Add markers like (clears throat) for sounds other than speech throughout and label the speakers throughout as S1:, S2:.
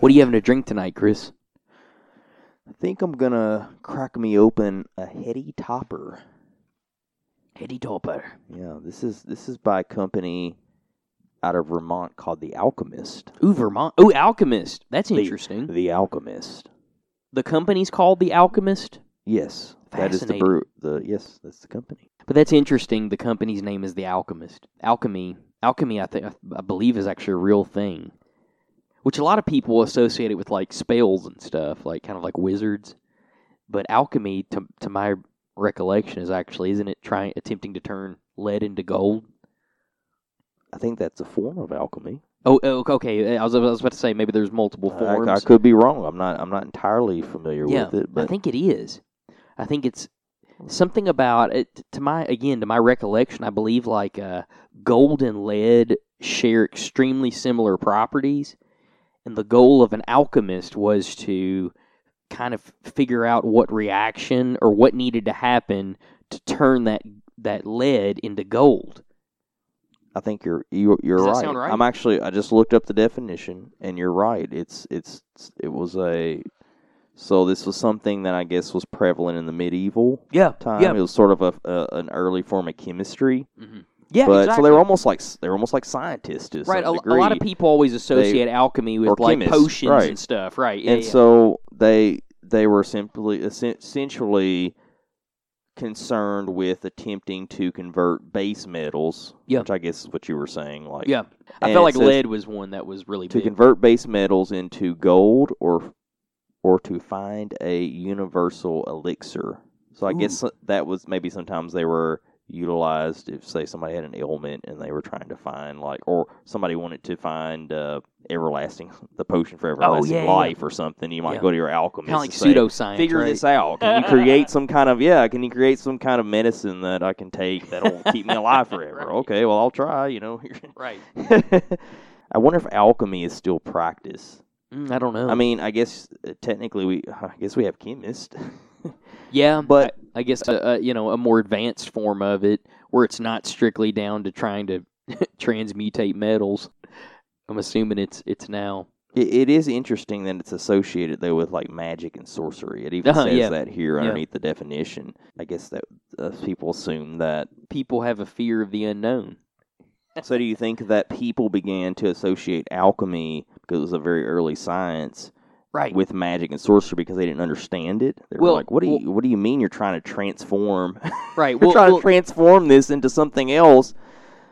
S1: What are you having to drink tonight, Chris?
S2: I think I'm gonna crack me open a heady topper.
S1: Eddie Topper.
S2: Yeah, this is this is by a company out of Vermont called The Alchemist.
S1: Ooh, Vermont. Ooh, Alchemist. That's
S2: The-
S1: interesting. The,
S2: The Alchemist.
S1: company's called The Alchemist,
S2: Yes, that is the
S1: Fascinating.
S2: brew. The yes, that's the company.
S1: but that's interesting. The company's name is The Alchemist. Alchemy. Alchemy, I think, I believe, is actually a real thing, which a lot of people associate it with like spells and stuff, like kind of like wizards. But alchemy, to to my recollection, is actually isn't it trying attempting to turn lead into gold?
S2: I think that's a form of alchemy.
S1: Oh, oh, okay. I was, I was about to say maybe there's multiple
S2: I-
S1: forms.
S2: I, could be wrong. I'm not. I'm not entirely familiar
S1: Yeah,
S2: with it, but
S1: I think it is. I think it's something about it. To my again, to my recollection, I believe like uh, gold and lead share extremely similar properties, and the goal of an alchemist was to kind of figure out what reaction or what needed to happen to turn that that lead into gold.
S2: I think you're you, you're
S1: Does that
S2: right.
S1: sound right?
S2: I'm actually. I just looked up the definition, and you're right. It's it's it was a. So this was something that I guess was prevalent in the medieval
S1: Yeah,
S2: time. It was sort of a, a an early form of chemistry,
S1: hmm yeah.
S2: but
S1: exactly.
S2: so they were almost like s- they were almost like scientists to
S1: right. A,
S2: some
S1: a
S2: degree.
S1: lot of people always associate alchemy
S2: or
S1: with like
S2: chemists,
S1: potions
S2: right.
S1: and stuff. Right. Yeah,
S2: and
S1: yeah.
S2: so they they were simply essen- essentially concerned with attempting to convert base metals,
S1: Yeah.
S2: which I guess is what you were saying, like
S1: Yeah. I
S2: and
S1: felt
S2: it
S1: like
S2: says-
S1: lead was one that was really
S2: to
S1: big.
S2: convert base metals into gold or or to find a universal elixir. So I guess that was maybe sometimes they were utilized if say somebody had an ailment and they were trying to find like or somebody wanted to find uh, everlasting the potion for everlasting
S1: Oh, yeah, yeah.
S2: life or something you might
S1: Yeah.
S2: go to your alchemist
S1: kind of like
S2: and say,
S1: pseudoscience.
S2: figure
S1: right?
S2: this out can you create some kind of yeah can you create some kind of medicine that I can take that'll
S1: (laughs)
S2: keep me alive forever
S1: Right.
S2: okay well I'll try you know (laughs)
S1: Right.
S2: I wonder if alchemy is still practiced.
S1: Mm, I don't know.
S2: I mean, I guess uh, technically we, (sighs) I guess we have chemists. (laughs)
S1: yeah,
S2: but-
S1: I, I guess a, a, you know a more advanced form of it, where it's not strictly down to trying to (laughs) transmutate metals. I'm assuming it's it's now.
S2: it, it is interesting that it's associated though with like magic and sorcery. It even
S1: Uh-huh,
S2: says
S1: yeah.
S2: that here
S1: Yeah.
S2: underneath the definition. I guess that uh, people assume that.
S1: People have a fear of the unknown.
S2: so, do you think that people began to associate alchemy because it was a very early science
S1: Right.
S2: with magic and sorcery because they didn't understand it? They were
S1: Well,
S2: like, "What do you What do you mean you're trying to transform? (laughs)
S1: right.
S2: you're
S1: Well,
S2: trying
S1: well,
S2: to transform this into something else?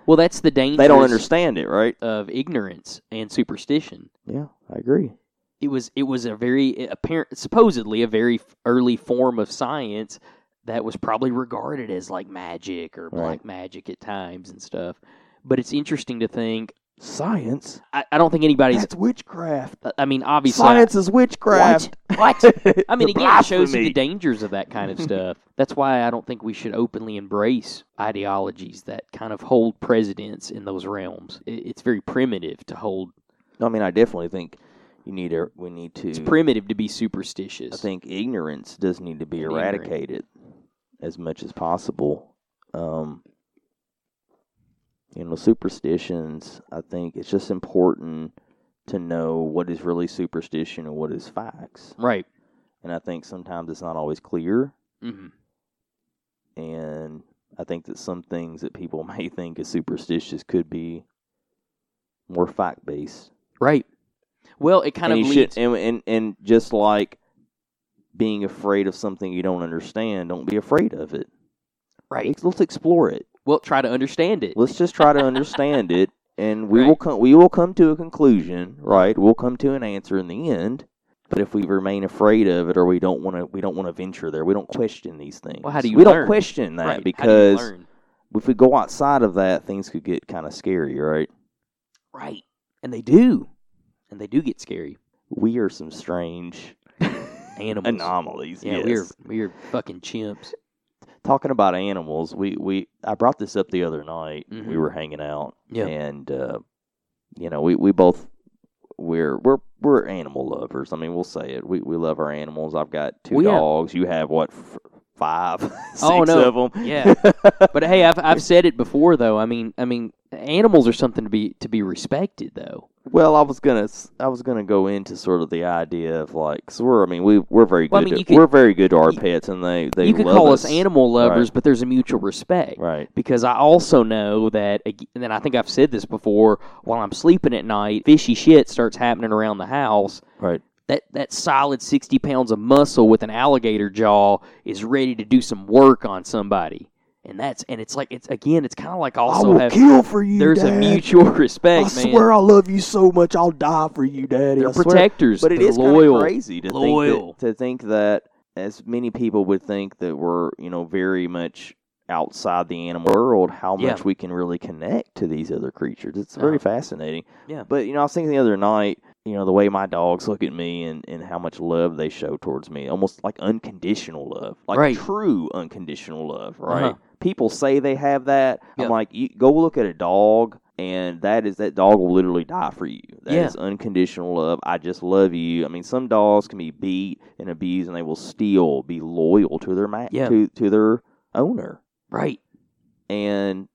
S1: well, that's the danger.
S2: They don't understand it, right?"
S1: of ignorance and superstition.
S2: Yeah, I agree.
S1: it was it was a very apparent supposedly a very f- early form of science that was probably regarded as like magic or black
S2: Right.
S1: magic at times and stuff but it's interesting to think
S2: Science?
S1: i, I don't think anybody's
S2: That's witchcraft.
S1: I- i mean obviously
S2: Science is witchcraft.
S1: what (laughs) i mean
S2: You're
S1: again it shows you
S2: blasphemy.
S1: the dangers of that kind of
S2: (laughs)
S1: stuff that's why i don't think we should openly embrace ideologies that kind of hold precedence in those realms it, it's very primitive to hold
S2: No, I mean, I definitely think you need to. We need to.
S1: it's primitive to be
S2: I
S1: superstitious
S2: think ignorance does need to be
S1: Ignorant.
S2: eradicated as much as possible. Um, you know, superstitions. I think it's just important to know what is really superstition and what is facts.
S1: right
S2: And I think sometimes it's not always clear.
S1: hmm
S2: and I think that some things that people (laughs) may think is superstitious could be more fact based.
S1: Right. Well, it kind
S2: and
S1: of
S2: you
S1: leads.
S2: should, and, and and just like being afraid of something you don't understand, don't be afraid of it.
S1: right.
S2: Let's, let's explore it.
S1: Well, try to understand it.
S2: Let's just try to understand it, and we
S1: Right.
S2: will come. We will come to a conclusion, right? We'll come to an answer in the end. But if we remain afraid of it, or we don't want to, we don't want to venture there. We don't question these things.
S1: Well, how do you
S2: we don't
S1: learn?
S2: question that
S1: Right. How do you
S2: because
S1: learn?
S2: if we go outside of that, things could get kind of scary, right?
S1: right, and they do, and they do get scary
S2: We are some strange
S1: animals.
S2: anomalies.
S1: yeah,
S2: yes.
S1: we're we're fucking chimps.
S2: talking about animals. We we I brought this up the other night. We
S1: Mhm.
S2: were hanging out,
S1: Yeah.
S2: and uh, you know, we, we both we're we're we're animal lovers. I mean, we'll say it. We we love our animals. I've got two
S1: We are.
S2: dogs. You have what? F- five, (laughs) six
S1: Oh, no.
S2: of them. (laughs)
S1: Yeah. But hey, I've I've said it before though. I mean, I mean, animals are something to be to be respected though.
S2: Well, I was gonna, s- I was gonna go into sort of the idea of like, cause we're, I mean, we we're very good,
S1: Well, I mean,
S2: to-
S1: you could-
S2: we're very good to our
S1: you-
S2: pets, and they they
S1: you could
S2: love
S1: call us animal lovers,
S2: Right.
S1: but there's a mutual respect.
S2: right?
S1: Because I also know that, ag- and then I think I've said this before. While I'm sleeping at night, fishy shit starts happening around the house.
S2: Right.
S1: That that solid sixty pounds of muscle with an alligator jaw is ready to do some work on somebody, and that's and it's like it's again, it's kind of like also have
S2: kill for you.
S1: there's a mutual respect, man.
S2: I love you so much. I'll die for you, Daddy.
S1: They're protectors,
S2: But it
S1: They're
S2: is kinda
S1: loyal.
S2: crazy to
S1: Loyal.
S2: think that, to think that as many people would think that we're you know very much outside the animal world, how
S1: Yeah.
S2: much we can really connect to these other creatures. It's very
S1: Uh-huh.
S2: fascinating.
S1: Yeah.
S2: But you know, I was thinking the other night, you know, the way my dogs look at me and and how much love they show towards me, almost like unconditional love, like
S1: Right.
S2: true unconditional love, right?
S1: Uh-huh.
S2: People say they have that.
S1: Yeah.
S2: I'm like, you, go look at a dog, and that is that dog will literally die for you. That is
S1: Yeah.
S2: unconditional love. I just love you. I mean, some dogs can be beat and abused, and they will still be loyal to their ma-
S1: Yeah.
S2: to to their owner,
S1: Right.
S2: and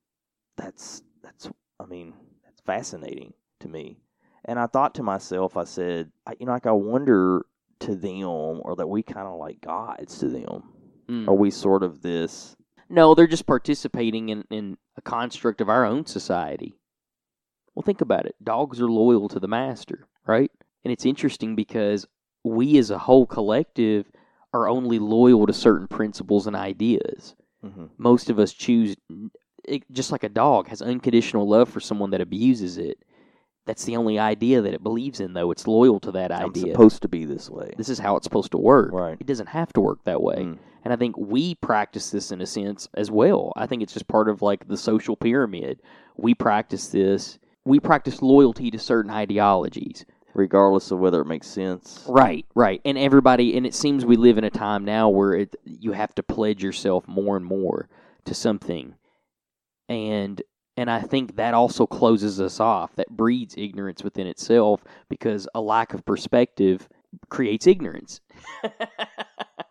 S2: that's that's. I mean, that's fascinating to me. And I thought to myself, I said, I, you know, like I wonder to them, or that we kind of like gods to them.
S1: Mm.
S2: Are we sort of this?
S1: No, they're just participating in, in a construct of our own society. Well, think about it. Dogs are loyal to the master, right? And it's interesting because we as a whole collective are only loyal to certain principles and ideas.
S2: hmm
S1: Most of us choose, it, just like a dog has unconditional love for someone that abuses it. That's the only idea that it believes in, though. It's loyal to that
S2: I'm
S1: idea.
S2: supposed to be this way.
S1: this is how it's supposed to work.
S2: Right.
S1: It doesn't have to work that way.
S2: Mm.
S1: And I think we practice this in a sense as well. I think it's just part of like the social pyramid. We practice this. We practice loyalty to certain ideologies.
S2: regardless of whether it makes sense.
S1: Right, right. And everybody, and it seems we live in a time now where it, you have to pledge yourself more and more to something. And and I think that also closes us off. That breeds ignorance within itself because a lack of perspective creates ignorance.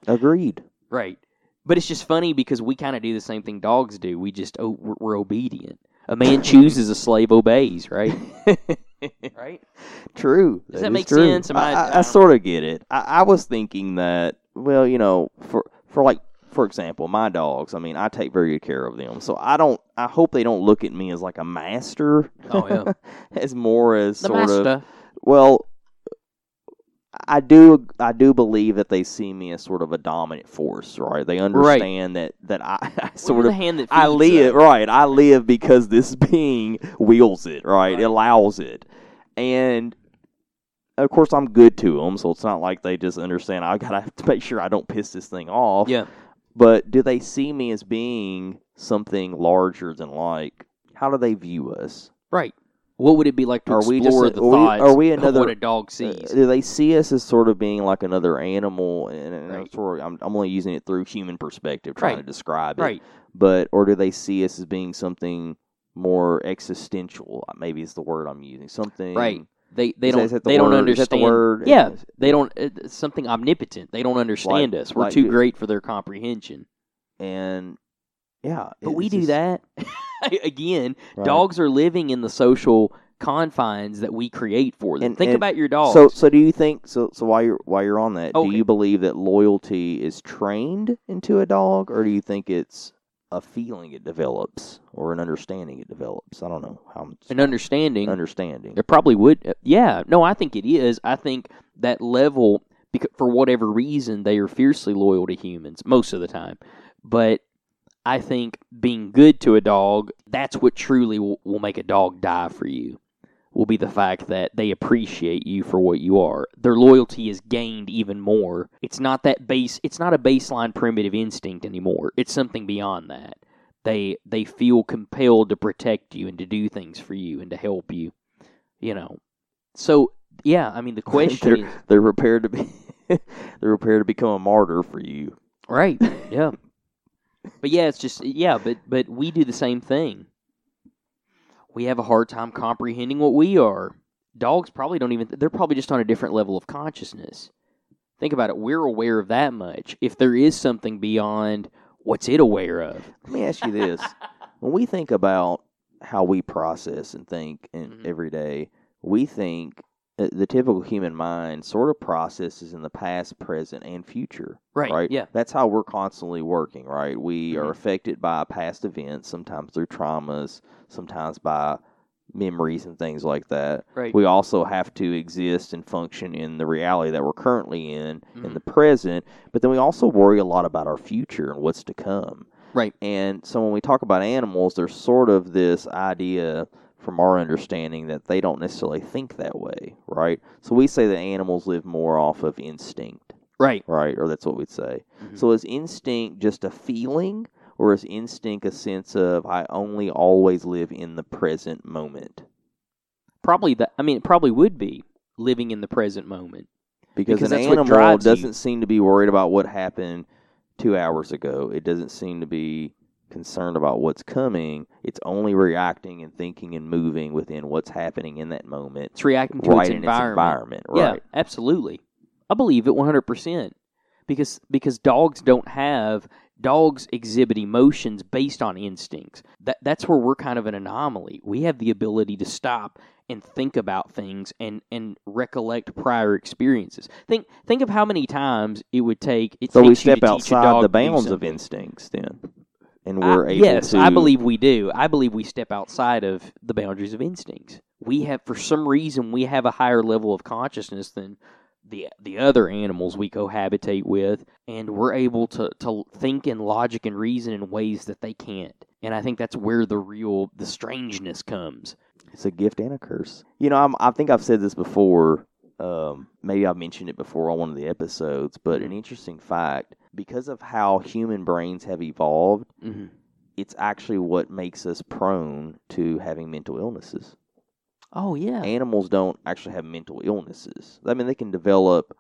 S2: Agreed.
S1: Right. But it's just funny because we kind of do the same thing dogs do. We just oh, we're, we're obedient. A man chooses, a slave obeys. Right. (laughs) right.
S2: True.
S1: Does that
S2: is
S1: make
S2: true.
S1: sense? Am I-
S2: I,
S1: I
S2: I, I
S1: don't-
S2: sort of get it. I, I was thinking that, well, you know, for for like for example, my dogs. I mean, I take very good care of them, so I don't. I hope they don't look at me as like a master, (laughs)
S1: Oh (laughs) yeah.
S2: as more as
S1: The
S2: sort
S1: master.
S2: of. Well, I do. I do believe that they see me as sort of a dominant force, right? They understand that that I, (laughs) I
S1: Well, you're
S2: sort of
S1: the hand that
S2: I
S1: feeds,
S2: live
S1: though.
S2: right. I live because this (laughs) being wields it, right?
S1: Right.
S2: Allows it, and of course I'm good to them. So it's not like they just understand. I gotta (laughs) have to make sure I don't piss this thing off.
S1: Yeah.
S2: But do they see me as being something larger than like? How do they view us?
S1: Right. What would it be like to
S2: Are
S1: explore
S2: we just-
S1: the
S2: are we-
S1: thoughts
S2: are we
S1: of
S2: another-
S1: what a dog
S2: Uh,
S1: sees?
S2: Do they see us as sort of being like another animal? And, and
S1: Right.
S2: sort of- I'm, I'm only using it through human perspective, trying
S1: Right.
S2: to describe it.
S1: right.
S2: but or do they see us as being something more existential? uh, Maybe is the word I'm using. Something
S1: Right. They they
S2: Is that-
S1: don't
S2: is that the
S1: they don't
S2: word? Is
S1: understand.
S2: that the word?
S1: Yeah.
S2: Is-
S1: They don't it's something omnipotent. They don't understand us. We're
S2: like-
S1: too great for their comprehension.
S2: And yeah,
S1: But
S2: it-
S1: we
S2: it's
S1: do
S2: just-
S1: that (laughs) again.
S2: right.
S1: Dogs are living in the social confines that we create for them.
S2: And-
S1: Think
S2: and
S1: about your dogs. Oh,
S2: So so do you think so? So while you're while you're on that,
S1: Okay.
S2: do you believe that loyalty is trained into a dog, or do you think it's a feeling it develops or an understanding it develops? I don't know how I'm
S1: an understanding,
S2: understanding.
S1: it probably would. uh, Yeah, no, I think it is. I think that level, because for whatever reason, they are fiercely loyal to humans most of the time. But I think being good to a dog, that's what truly will, will make a dog die for you. Will be the fact that they appreciate you for what you are. Their loyalty is gained even more. It's not that base. It's not a baseline primitive instinct anymore. It's something beyond that. They they feel compelled to protect you and to do things for you and to help you. You know. So yeah, I mean the question is
S2: They're prepared to be (laughs) they're prepared to become a martyr for you.
S1: (laughs) right. Yeah. But yeah, it's just yeah, but but we do the same thing. We have a hard time comprehending what we are. Dogs probably don't even they're probably just on a different level of consciousness. Think about it. We're aware of that much. If there is something beyond what's it aware of?
S2: Let me ask you this: When we think about how we process and think in,
S1: Mhm.
S2: every day, we think uh, the typical human mind sort of processes in the past, present, and future.
S1: Right.
S2: right?
S1: Yeah.
S2: That's how we're constantly working, right? We
S1: Mhm.
S2: are affected by past events, sometimes through traumas, sometimes by memories and things like that.
S1: Right.
S2: We also have to exist and function in the reality that we're currently in, in
S1: Mhm.
S2: the present, but then we also worry a lot about our future and what's to come.
S1: Right.
S2: And so when we talk about animals, there's sort of this idea from our understanding that they don't necessarily think that way, right? So we say that animals live more off of instinct,
S1: Right.
S2: right? Or that's what we'd say.
S1: Mhm.
S2: So is instinct just a feeling, or is instinct a sense of I only always live in the present moment?
S1: Probably that. I mean, it probably would be living in the present moment.
S2: Because,
S1: Because
S2: an
S1: that's what
S2: animal
S1: drives you.
S2: doesn't seem to be worried about what happened two hours ago. It doesn't seem to be concerned about what's coming. It's only reacting and thinking and moving within what's happening in that moment,
S1: It's reacting to
S2: right
S1: its
S2: in
S1: environment.
S2: its environment, right?
S1: Yeah, absolutely. I believe it 100% because because dogs don't have dogs exhibit emotions based on instincts. That that's where we're kind of an anomaly. We have the ability to stop and think about things and and recollect prior experiences. Think think of how many times it would take it
S2: So we
S1: takes you to
S2: step
S1: teach a
S2: outside
S1: dog
S2: the
S1: to do
S2: bounds of
S1: something.
S2: instincts then. And
S1: I-
S2: we're able
S1: yes,
S2: to
S1: I believe we do. I believe we step outside of the boundaries of instincts. We have, for some reason, we have a higher level of consciousness than the the other animals we cohabitate with, and we're able to to think and logic and reason in ways that they can't. And I think that's where the real the strangeness comes.
S2: It's a gift and a curse. You know, I'm, I think I've said this before. Um, maybe I've mentioned it before on one of the episodes, but an interesting fact because of how human brains have evolved,
S1: Mm-hmm.
S2: it's actually what makes us prone to having mental illnesses.
S1: Oh yeah,
S2: Animals don't actually have mental illnesses. I mean, they can develop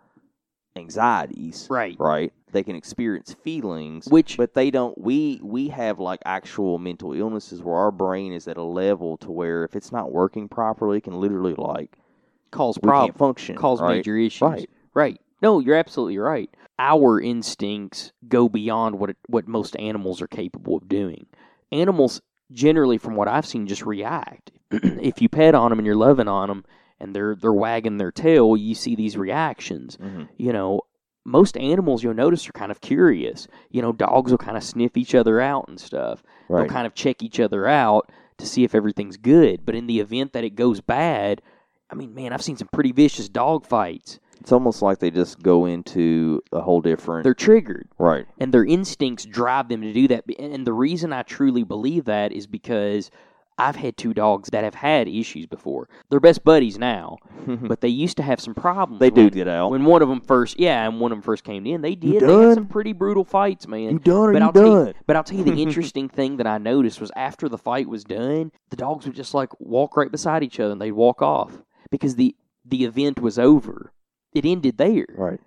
S2: anxieties,
S1: right.
S2: right? They can experience feelings,
S1: Which
S2: but they don't we we have like actual mental illnesses where our brain is at a level to where if it's not working properly it can literally like
S1: cause
S2: we
S1: problems.
S2: can't function
S1: cause
S2: right?
S1: major issues.
S2: Right.
S1: Right. No, you're absolutely right. Our instincts go beyond what what most animals are capable of doing. Animals generally, from what I've seen, just react. (clears throat) if you pet on them and you're loving on them and they're they're wagging their tail, you see these reactions.
S2: Mhm.
S1: You know, most animals you'll notice are kind of curious. You know, dogs will kind of sniff each other out and stuff
S2: right
S1: they'll kind of check each other out to see if everything's good. But in the event that it goes bad, I mean, man, I've seen some pretty vicious dog fights.
S2: it's almost like they just go into a whole different
S1: They're triggered, (laughs)
S2: right
S1: and their instincts drive them to do that. And and the reason I truly believe that is because I've had two dogs that have had issues before. They're best buddies now,
S2: but
S1: but they used to have some problems.
S2: Hmm. they do
S1: when,
S2: get out
S1: When one of them first, yeah, and one of them first came in, they
S2: You
S1: did. They had
S2: done?
S1: some pretty brutal fights, man.
S2: you done or
S1: but
S2: you
S1: I'll tell you-
S2: done
S1: But I'll tell you the
S2: (laughs)
S1: interesting thing that I noticed was after the fight was done, the dogs would just like walk right beside each other and they'd walk off because the the event was over. It ended there.
S2: right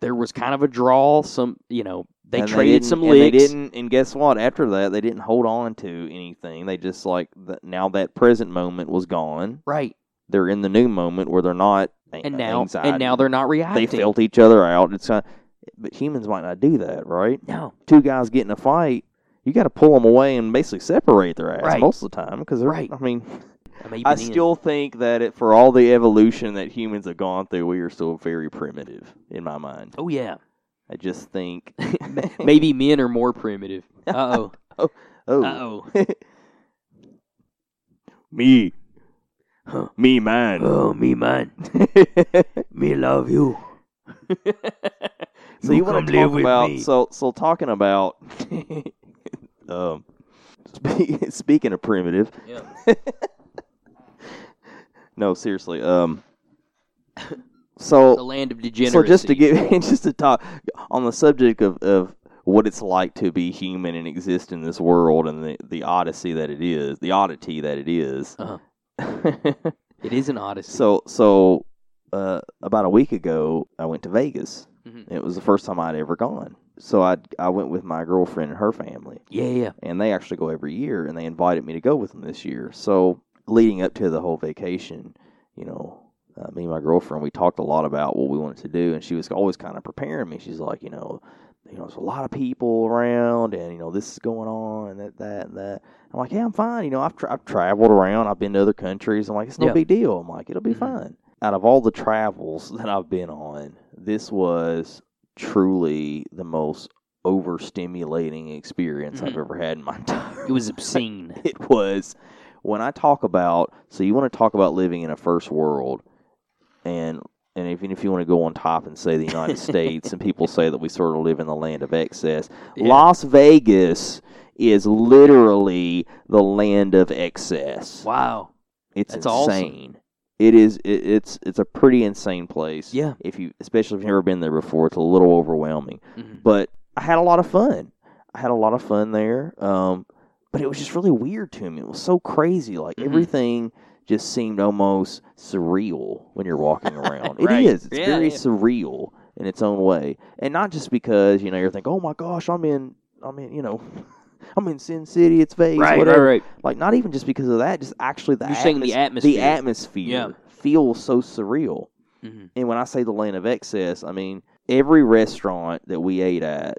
S1: There was kind of a draw. Some you know they
S2: And
S1: traded
S2: didn't-
S1: some
S2: and
S1: licks.
S2: they didn't and guess what after that they didn't hold on to anything they just like th- now that present moment was gone
S1: Right.
S2: they're in the new moment where they're not an-
S1: And now
S2: anxiety.
S1: and now they're not reacting.
S2: they felt each other out. It's not, but humans might not do that, right?
S1: no
S2: Two guys get in a fight, you got to pull them away and basically separate their ass
S1: Right.
S2: most of the time because they're.
S1: Right.
S2: I mean,
S1: I, mean,
S2: I
S1: even then.
S2: still think that it, for all the evolution that humans have gone through, we are still very primitive in my mind.
S1: Oh
S2: (laughs)
S1: yeah.
S2: I just
S1: (laughs)
S2: think. (laughs)
S1: Maybe men are more primitive. Uh oh.
S2: oh,
S1: Uh
S2: (laughs)
S1: oh.
S2: me,
S1: Huh.
S2: me, man.
S1: Oh me
S2: (laughs)
S1: man. Me love you.
S2: So you want to talk about so so talking about (laughs) um spe- (laughs) speaking of primitive.
S1: Yeah.
S2: (laughs) No, seriously. Um so
S1: the land of degeneracy.
S2: so just to get (laughs) just to talk on the subject of, of what it's like to be human and exist in this world and the, the odyssey that it is, the oddity that it is.
S1: Uh-huh.
S2: (laughs)
S1: it is an odyssey.
S2: so so uh, about a week ago, I went to Vegas.
S1: Mhm.
S2: It was the first time I'd ever gone. So I I went with my girlfriend and her family.
S1: yeah, yeah,
S2: and they actually go every year and they invited me to go with them this year so leading up to the whole vacation you know uh, me and my girlfriend, we talked a lot about what we wanted to do, and she was always kind of preparing me. She's like, you know, you know, there's a lot of people around, and you know, this is going on, and that, that, and that. I'm like, yeah, I'm fine. You know, I've tra- I've traveled around, I've been to other countries. I'm like, it's no
S1: Yeah.
S2: big deal. I'm like, it'll be
S1: Mhm.
S2: fine. Out of all the travels (laughs) that I've been on, this was truly the most overstimulating experience I've
S1: Mhm.
S2: ever had in my (laughs) entire
S1: It was
S2: (laughs)
S1: obscene.
S2: it was when I talk about so you want to talk about living in a first world and and even if you want to go on top and say the United States and people say that we sort of live in the land of excess,
S1: (laughs) Yeah.
S2: Las Vegas is literally the land of excess.
S1: Wow.
S2: It's
S1: That's awesome.
S2: insane. It is it, it's it's a pretty insane place.
S1: Yeah.
S2: If you especially if you've never been there before, it's a little overwhelming
S1: Mhm.
S2: but I had a lot of fun. I had a lot of fun there. Um, but it was just really weird to me. It was so crazy. Like
S1: Mhm.
S2: everything just seemed almost surreal when you're
S1: (laughs)
S2: walking around.
S1: Right.
S2: It is. It's
S1: Yeah,
S2: very
S1: yeah.
S2: surreal in its own way, and not just because you know you're thinking, oh my gosh, I'm in, I'm in, you know. (laughs) I'm in Sin City. It's Vegas.
S1: Right, right,
S2: whatever.
S1: right.
S2: Like not even just because of that. Just actually the
S1: You're saying the
S2: atmos-
S1: atmosphere.
S2: The atmosphere
S1: Yeah.
S2: feels so surreal.
S1: Mhm.
S2: And when I say the land of excess, I mean every restaurant that we ate at,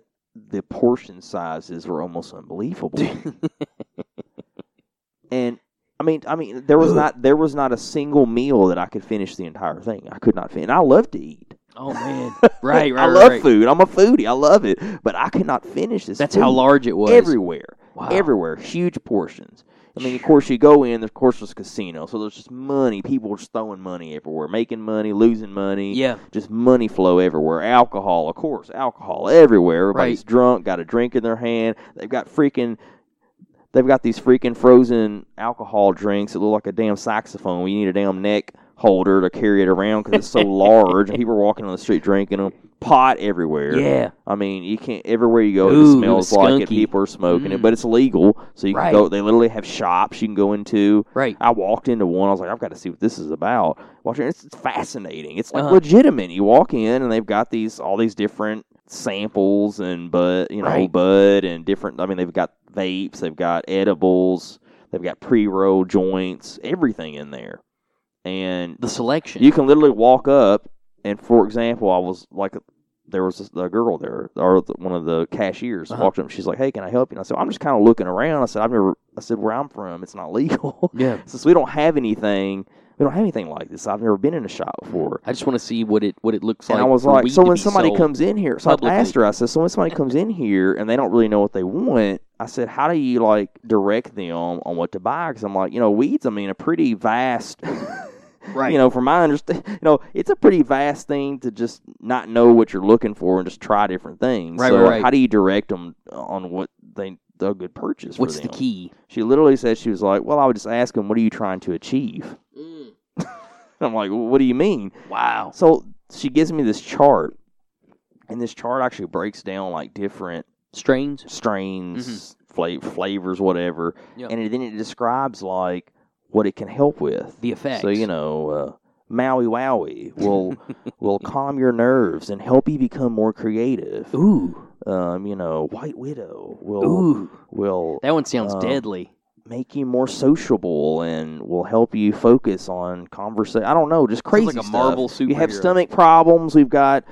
S2: the portion sizes were
S1: (laughs)
S2: almost unbelievable. and I mean, I mean, there was not there was not a single meal that I could finish the entire thing. I could not finish. And I love to eat. (sighs)
S1: Oh
S2: (laughs)
S1: man. Right, right. right,
S2: I love
S1: right.
S2: food. I'm a foodie. I love it, but I could not finish this.
S1: That's
S2: food.
S1: how large it was.
S2: everywhere,
S1: Wow.
S2: everywhere, huge portions. I mean, of course, you go in. Of course, there's casino, so there's just money. People are just throwing money everywhere, making money, losing money
S1: Yeah.
S2: just money flow everywhere. Alcohol, of course, alcohol everywhere. Everybody's
S1: Right.
S2: drunk, got a drink in their hand. They've got freaking, they've got these freaking frozen alcohol drinks that look like a damn saxophone. You need a damn neck holder to carry it around because
S1: (laughs)
S2: it's so large. And people are walking on the street drinking them. Pot everywhere.
S1: Yeah.
S2: I mean, you can't everywhere you go.
S1: Ooh,
S2: it
S1: it was
S2: smells like it.
S1: skunky.
S2: People are smoking
S1: Mm.
S2: it, but it's legal, so you
S1: Right.
S2: can go. They literally have shops you can go into.
S1: Right.
S2: I walked into one. I was like, I've got to see what this is about. Watch it. It's, it's fascinating. It's like
S1: Uh-huh.
S2: legitimate. You walk in and they've got these all these different samples and bud, you know,
S1: Right.
S2: bud and different. I mean, they've got vapes. They've got edibles. They've got pre roll joints. Everything in there, and
S1: The selection.
S2: you can literally walk up and, for example, I was like, there was this, a girl there, or the, one of the cashiers
S1: Uh-huh.
S2: walked up. and She's like, "Hey, can I help you?" And I said, "I'm just kind of looking around." I said, "I've never." I said, "Where I'm from, it's not legal.
S1: yeah.
S2: Since we don't have anything, we don't have anything like this. I've never been in a shop before."
S1: I just want to see what it what it looks
S2: and
S1: Mm-hmm. like.
S2: I was
S1: for
S2: like,
S1: weed
S2: "So
S1: to
S2: when
S1: be
S2: somebody
S1: sold."
S2: comes in here, so
S1: publicly.
S2: I asked her. I said, "So
S1: (laughs)
S2: when somebody comes in here and they don't really know what they want." I said, "How do you like direct them on what to buy?" Because I'm like, you know, weeds. I mean, a pretty vast. (laughs)
S1: right,
S2: You know, from my understanding, you know, it's a pretty vast thing to just not know what you're looking for and just try different things.
S1: Right,
S2: so
S1: right, right.
S2: how do you direct them on what they a good purchase?
S1: what's
S2: for
S1: the
S2: them?
S1: key?
S2: She literally said she was like, "Well, I would just ask them, what are you trying to achieve?" And I'm like, "Well, "What do you mean?"
S1: Wow.
S2: So she gives me this chart, and this chart actually breaks down like different
S1: Strains.
S2: strains,
S1: Mm-hmm.
S2: fla- flavors, whatever,
S1: Yeah.
S2: and then it describes like what it can help with.
S1: The effects.
S2: So you know, uh, Maui
S1: (laughs)
S2: Wowie will will calm your nerves and help you become more creative.
S1: Ooh.
S2: Um, you know, White Widow will
S1: Ooh.
S2: oh, will
S1: That one sounds
S2: Um,
S1: deadly.
S2: make you more sociable and will help you focus on conversation. I don't know, just crazy
S1: Sounds like a
S2: stuff.
S1: Marvel superhero.
S2: You have stomach problems. We've got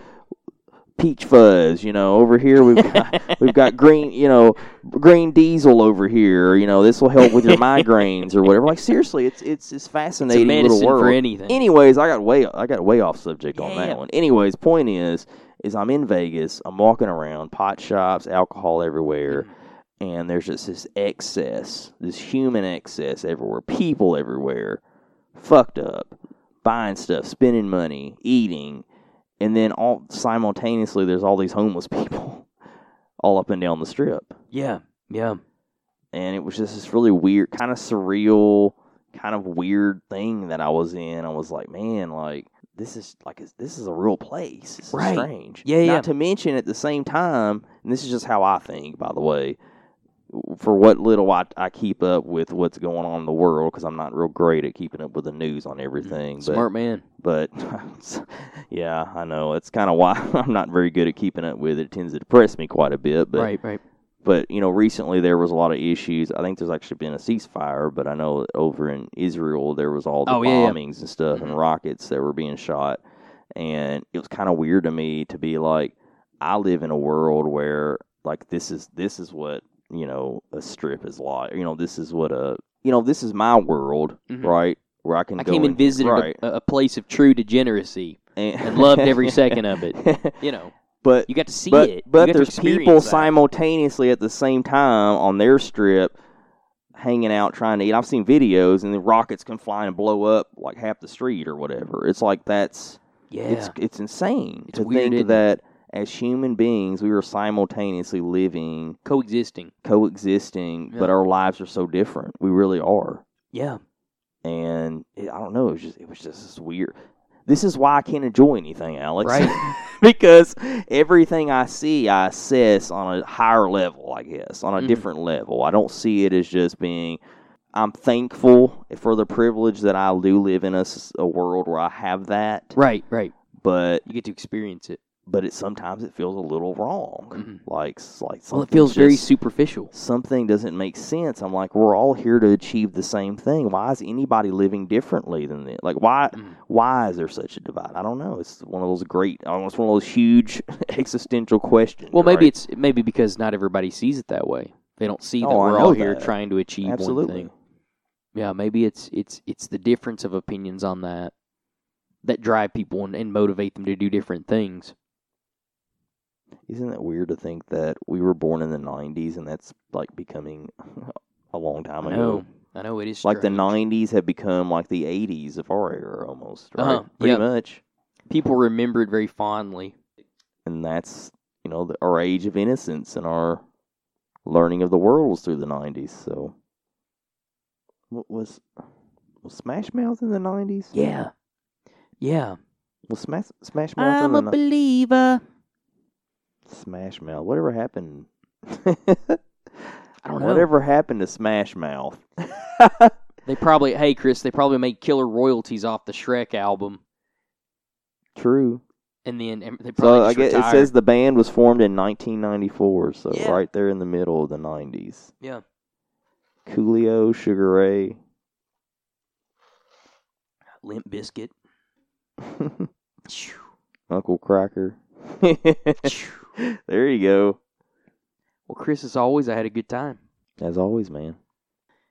S2: peach fuzz. You know, over here we've
S1: (laughs)
S2: got we've got green. You know, green diesel over here. You know, this will
S1: (laughs)
S2: help with your migraines or whatever. Like seriously, it's it's it's
S1: It's a
S2: fascinating
S1: medicine
S2: little world.
S1: for anything.
S2: Anyways, I got way I got way off subject on
S1: Yeah, yeah.
S2: that one. Anyways, point is is I'm in Vegas. I'm walking around, pot shops, alcohol everywhere,
S1: Mhm.
S2: and there's just this excess, this human excess everywhere, people everywhere, fucked up, buying stuff, spending money, eating, and then all simultaneously there's all these homeless (laughs) people all up and down the strip.
S1: Yeah. Yeah.
S2: And it was just this really weird, kind of surreal, kind of weird thing that I was in. I was like, man, like this is like is- this is a real place. This is
S1: Right.
S2: strange.
S1: Yeah,
S2: Not
S1: yeah.
S2: to mention at the same time, and this is just how I think, by the way. For what little I, I keep up with what's going on in the world, because I'm not real great at keeping up with the news on everything. but-
S1: Mm-hmm. Smart man.
S2: but (laughs) yeah, (laughs) I know it's kind of why I'm not very good at keeping up with it. It tends to depress me quite a bit. But
S1: right. Right.
S2: But you know, recently there was a lot of issues. I think there's actually been a ceasefire, but I know over in Israel there was all the
S1: Oh, yeah, yeah.
S2: bombings and stuff and
S1: Mhm.
S2: rockets that were being shot, and it was kind of weird to me to be like, I live in a world where like this is this is what you know a strip is like. You know, this is what a you know this is my world,
S1: Mhm.
S2: right? Where I can
S1: I
S2: go
S1: came and visited
S2: right,
S1: a, a place of true degeneracy and loved
S2: (laughs)
S1: every second of it. You know,
S2: But
S1: you got to see
S2: but
S1: it. you got
S2: but
S1: to
S2: there's
S1: experience
S2: people
S1: that.
S2: simultaneously at the same time on their strip hanging out trying to eat. I've seen videos and the rockets can fly and blow up like half the street or whatever. It's like that's
S1: Yeah,
S2: it's it's insane
S1: It's
S2: to
S1: weird,
S2: think
S1: isn't it?
S2: that as human beings we were simultaneously living,
S1: coexisting.
S2: coexisting, but
S1: Yeah.
S2: our lives are so different. We really are.
S1: Yeah,
S2: And it, I don't know, it was just it was just this weird this is why I can't enjoy anything, Alex.
S1: right.
S2: (laughs)
S1: (laughs)
S2: because everything I see, I assess on a higher level, I guess, on a
S1: Mhm.
S2: different level. I don't see it as just being. I'm thankful for the privilege that I do live in a, s- a world where I have that,
S1: right, right.
S2: but
S1: You get to experience it.
S2: but it sometimes it feels a little wrong.
S1: Mhm.
S2: Like s- like
S1: Well, it
S2: something's
S1: feels very
S2: just-
S1: superficial.
S2: something doesn't make sense. I'm like, we're all here to achieve the same thing. Why is anybody living differently than this? Like, why
S1: Mm.
S2: why is there such a divide? I don't know. It's one of those great, almost one of those huge (laughs) existential questions.
S1: Well, maybe
S2: right?
S1: it's maybe because not everybody sees it that way. They don't see that
S2: Oh, I
S1: we're
S2: know
S1: all here
S2: that.
S1: trying to achieve
S2: absolutely.
S1: one thing. Yeah, maybe it's it's it's the difference of opinions on that that drive people and, and motivate them to do different things.
S2: Isn't that weird to think that we were born in the '90s and that's like becoming (laughs) a long time
S1: I
S2: ago?
S1: know, I know it is
S2: Like the
S1: Oh, strange.
S2: '90s have become like the '80s of our era, almost right?
S1: Uh-huh,
S2: Pretty
S1: yeah.
S2: much.
S1: people remember it very fondly.
S2: and that's you know the, our age of innocence and our learning of the world was through the '90s. So, what was was Smash Mouth in the '90s?
S1: Yeah, yeah.
S2: was Smash Smash Mouth
S1: I'm a
S2: in the ni-
S1: believer.
S2: Smash Mouth?
S1: (laughs)
S2: Whatever happened?
S1: I don't know.
S2: Whatever happened to Smash Mouth?
S1: They probably hey Chris, they probably made killer royalties off the Shrek album,
S2: True.
S1: and then and they probably
S2: So I
S1: just
S2: guess it
S1: retired.
S2: says the band was formed in 1994. So
S1: Yeah.
S2: right there in the middle of the '90s.
S1: Yeah.
S2: Coolio, Sugar Ray. (laughs)
S1: Limp (laughs) Biscuit. Phew,
S2: Uncle Cracker. (laughs)
S1: phew.
S2: there you go.
S1: well, Chris, as always, I had a good time.
S2: As always, man.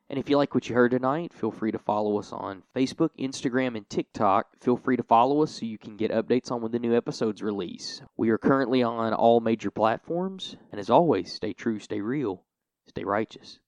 S1: And if you like what you heard tonight, feel free to follow us on Facebook, Instagram, and TikTok. Feel free to follow us so you can get updates on when the new episodes release. We are currently on all major platforms, and as always, stay true, stay real, stay righteous.